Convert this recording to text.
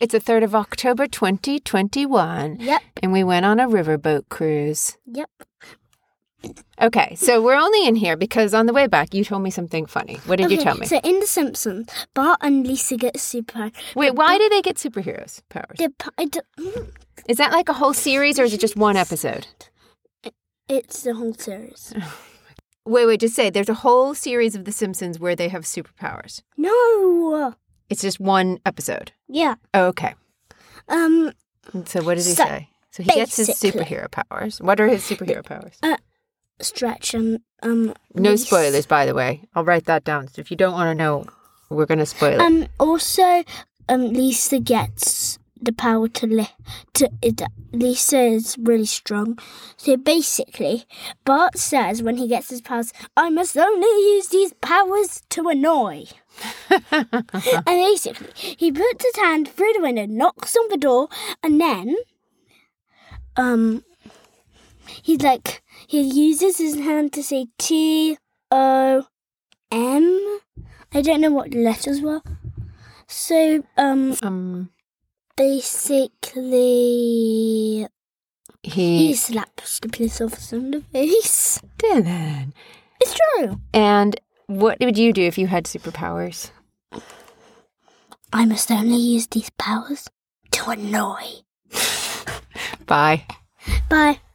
It's the 3rd of October 2021. Yep. And we went on a riverboat cruise. Yep. Okay, so we're only in here because on the way back you told me something funny. What did you Okay, tell me? So in The Simpsons, Bart and Lisa get superpower. Wait, why do they get superheroes powers? The pa- I don't- mm, Is that like a whole series or is it just one episode? It's the whole series. Wait, wait, just say there's a whole series of The Simpsons where they have superpowers. No. It's just one episode. Yeah. Okay. Um. And So what does he So, say? So he gets his basically- superhero powers. What are his superhero powers? Stretch and um. No Lisa- spoilers, by the way. I'll write that down. If you don't want to know, we're going to spoil it. Um. Also, um. Lisa gets the power to lift. To it, Lisa is really strong. So basically, Bart says when he gets his powers, I must only use these powers to annoy. Um, and basically, he puts his hand through the window, knocks on the door, and then, um, he's like, he uses his hand to say T O M. I don't know what the letters were. So, um, Um, basically, he he slaps the police officer in the face. didn't. It's true. And what would you do if you had superpowers? I must only use these powers to annoy. Bye. Bye.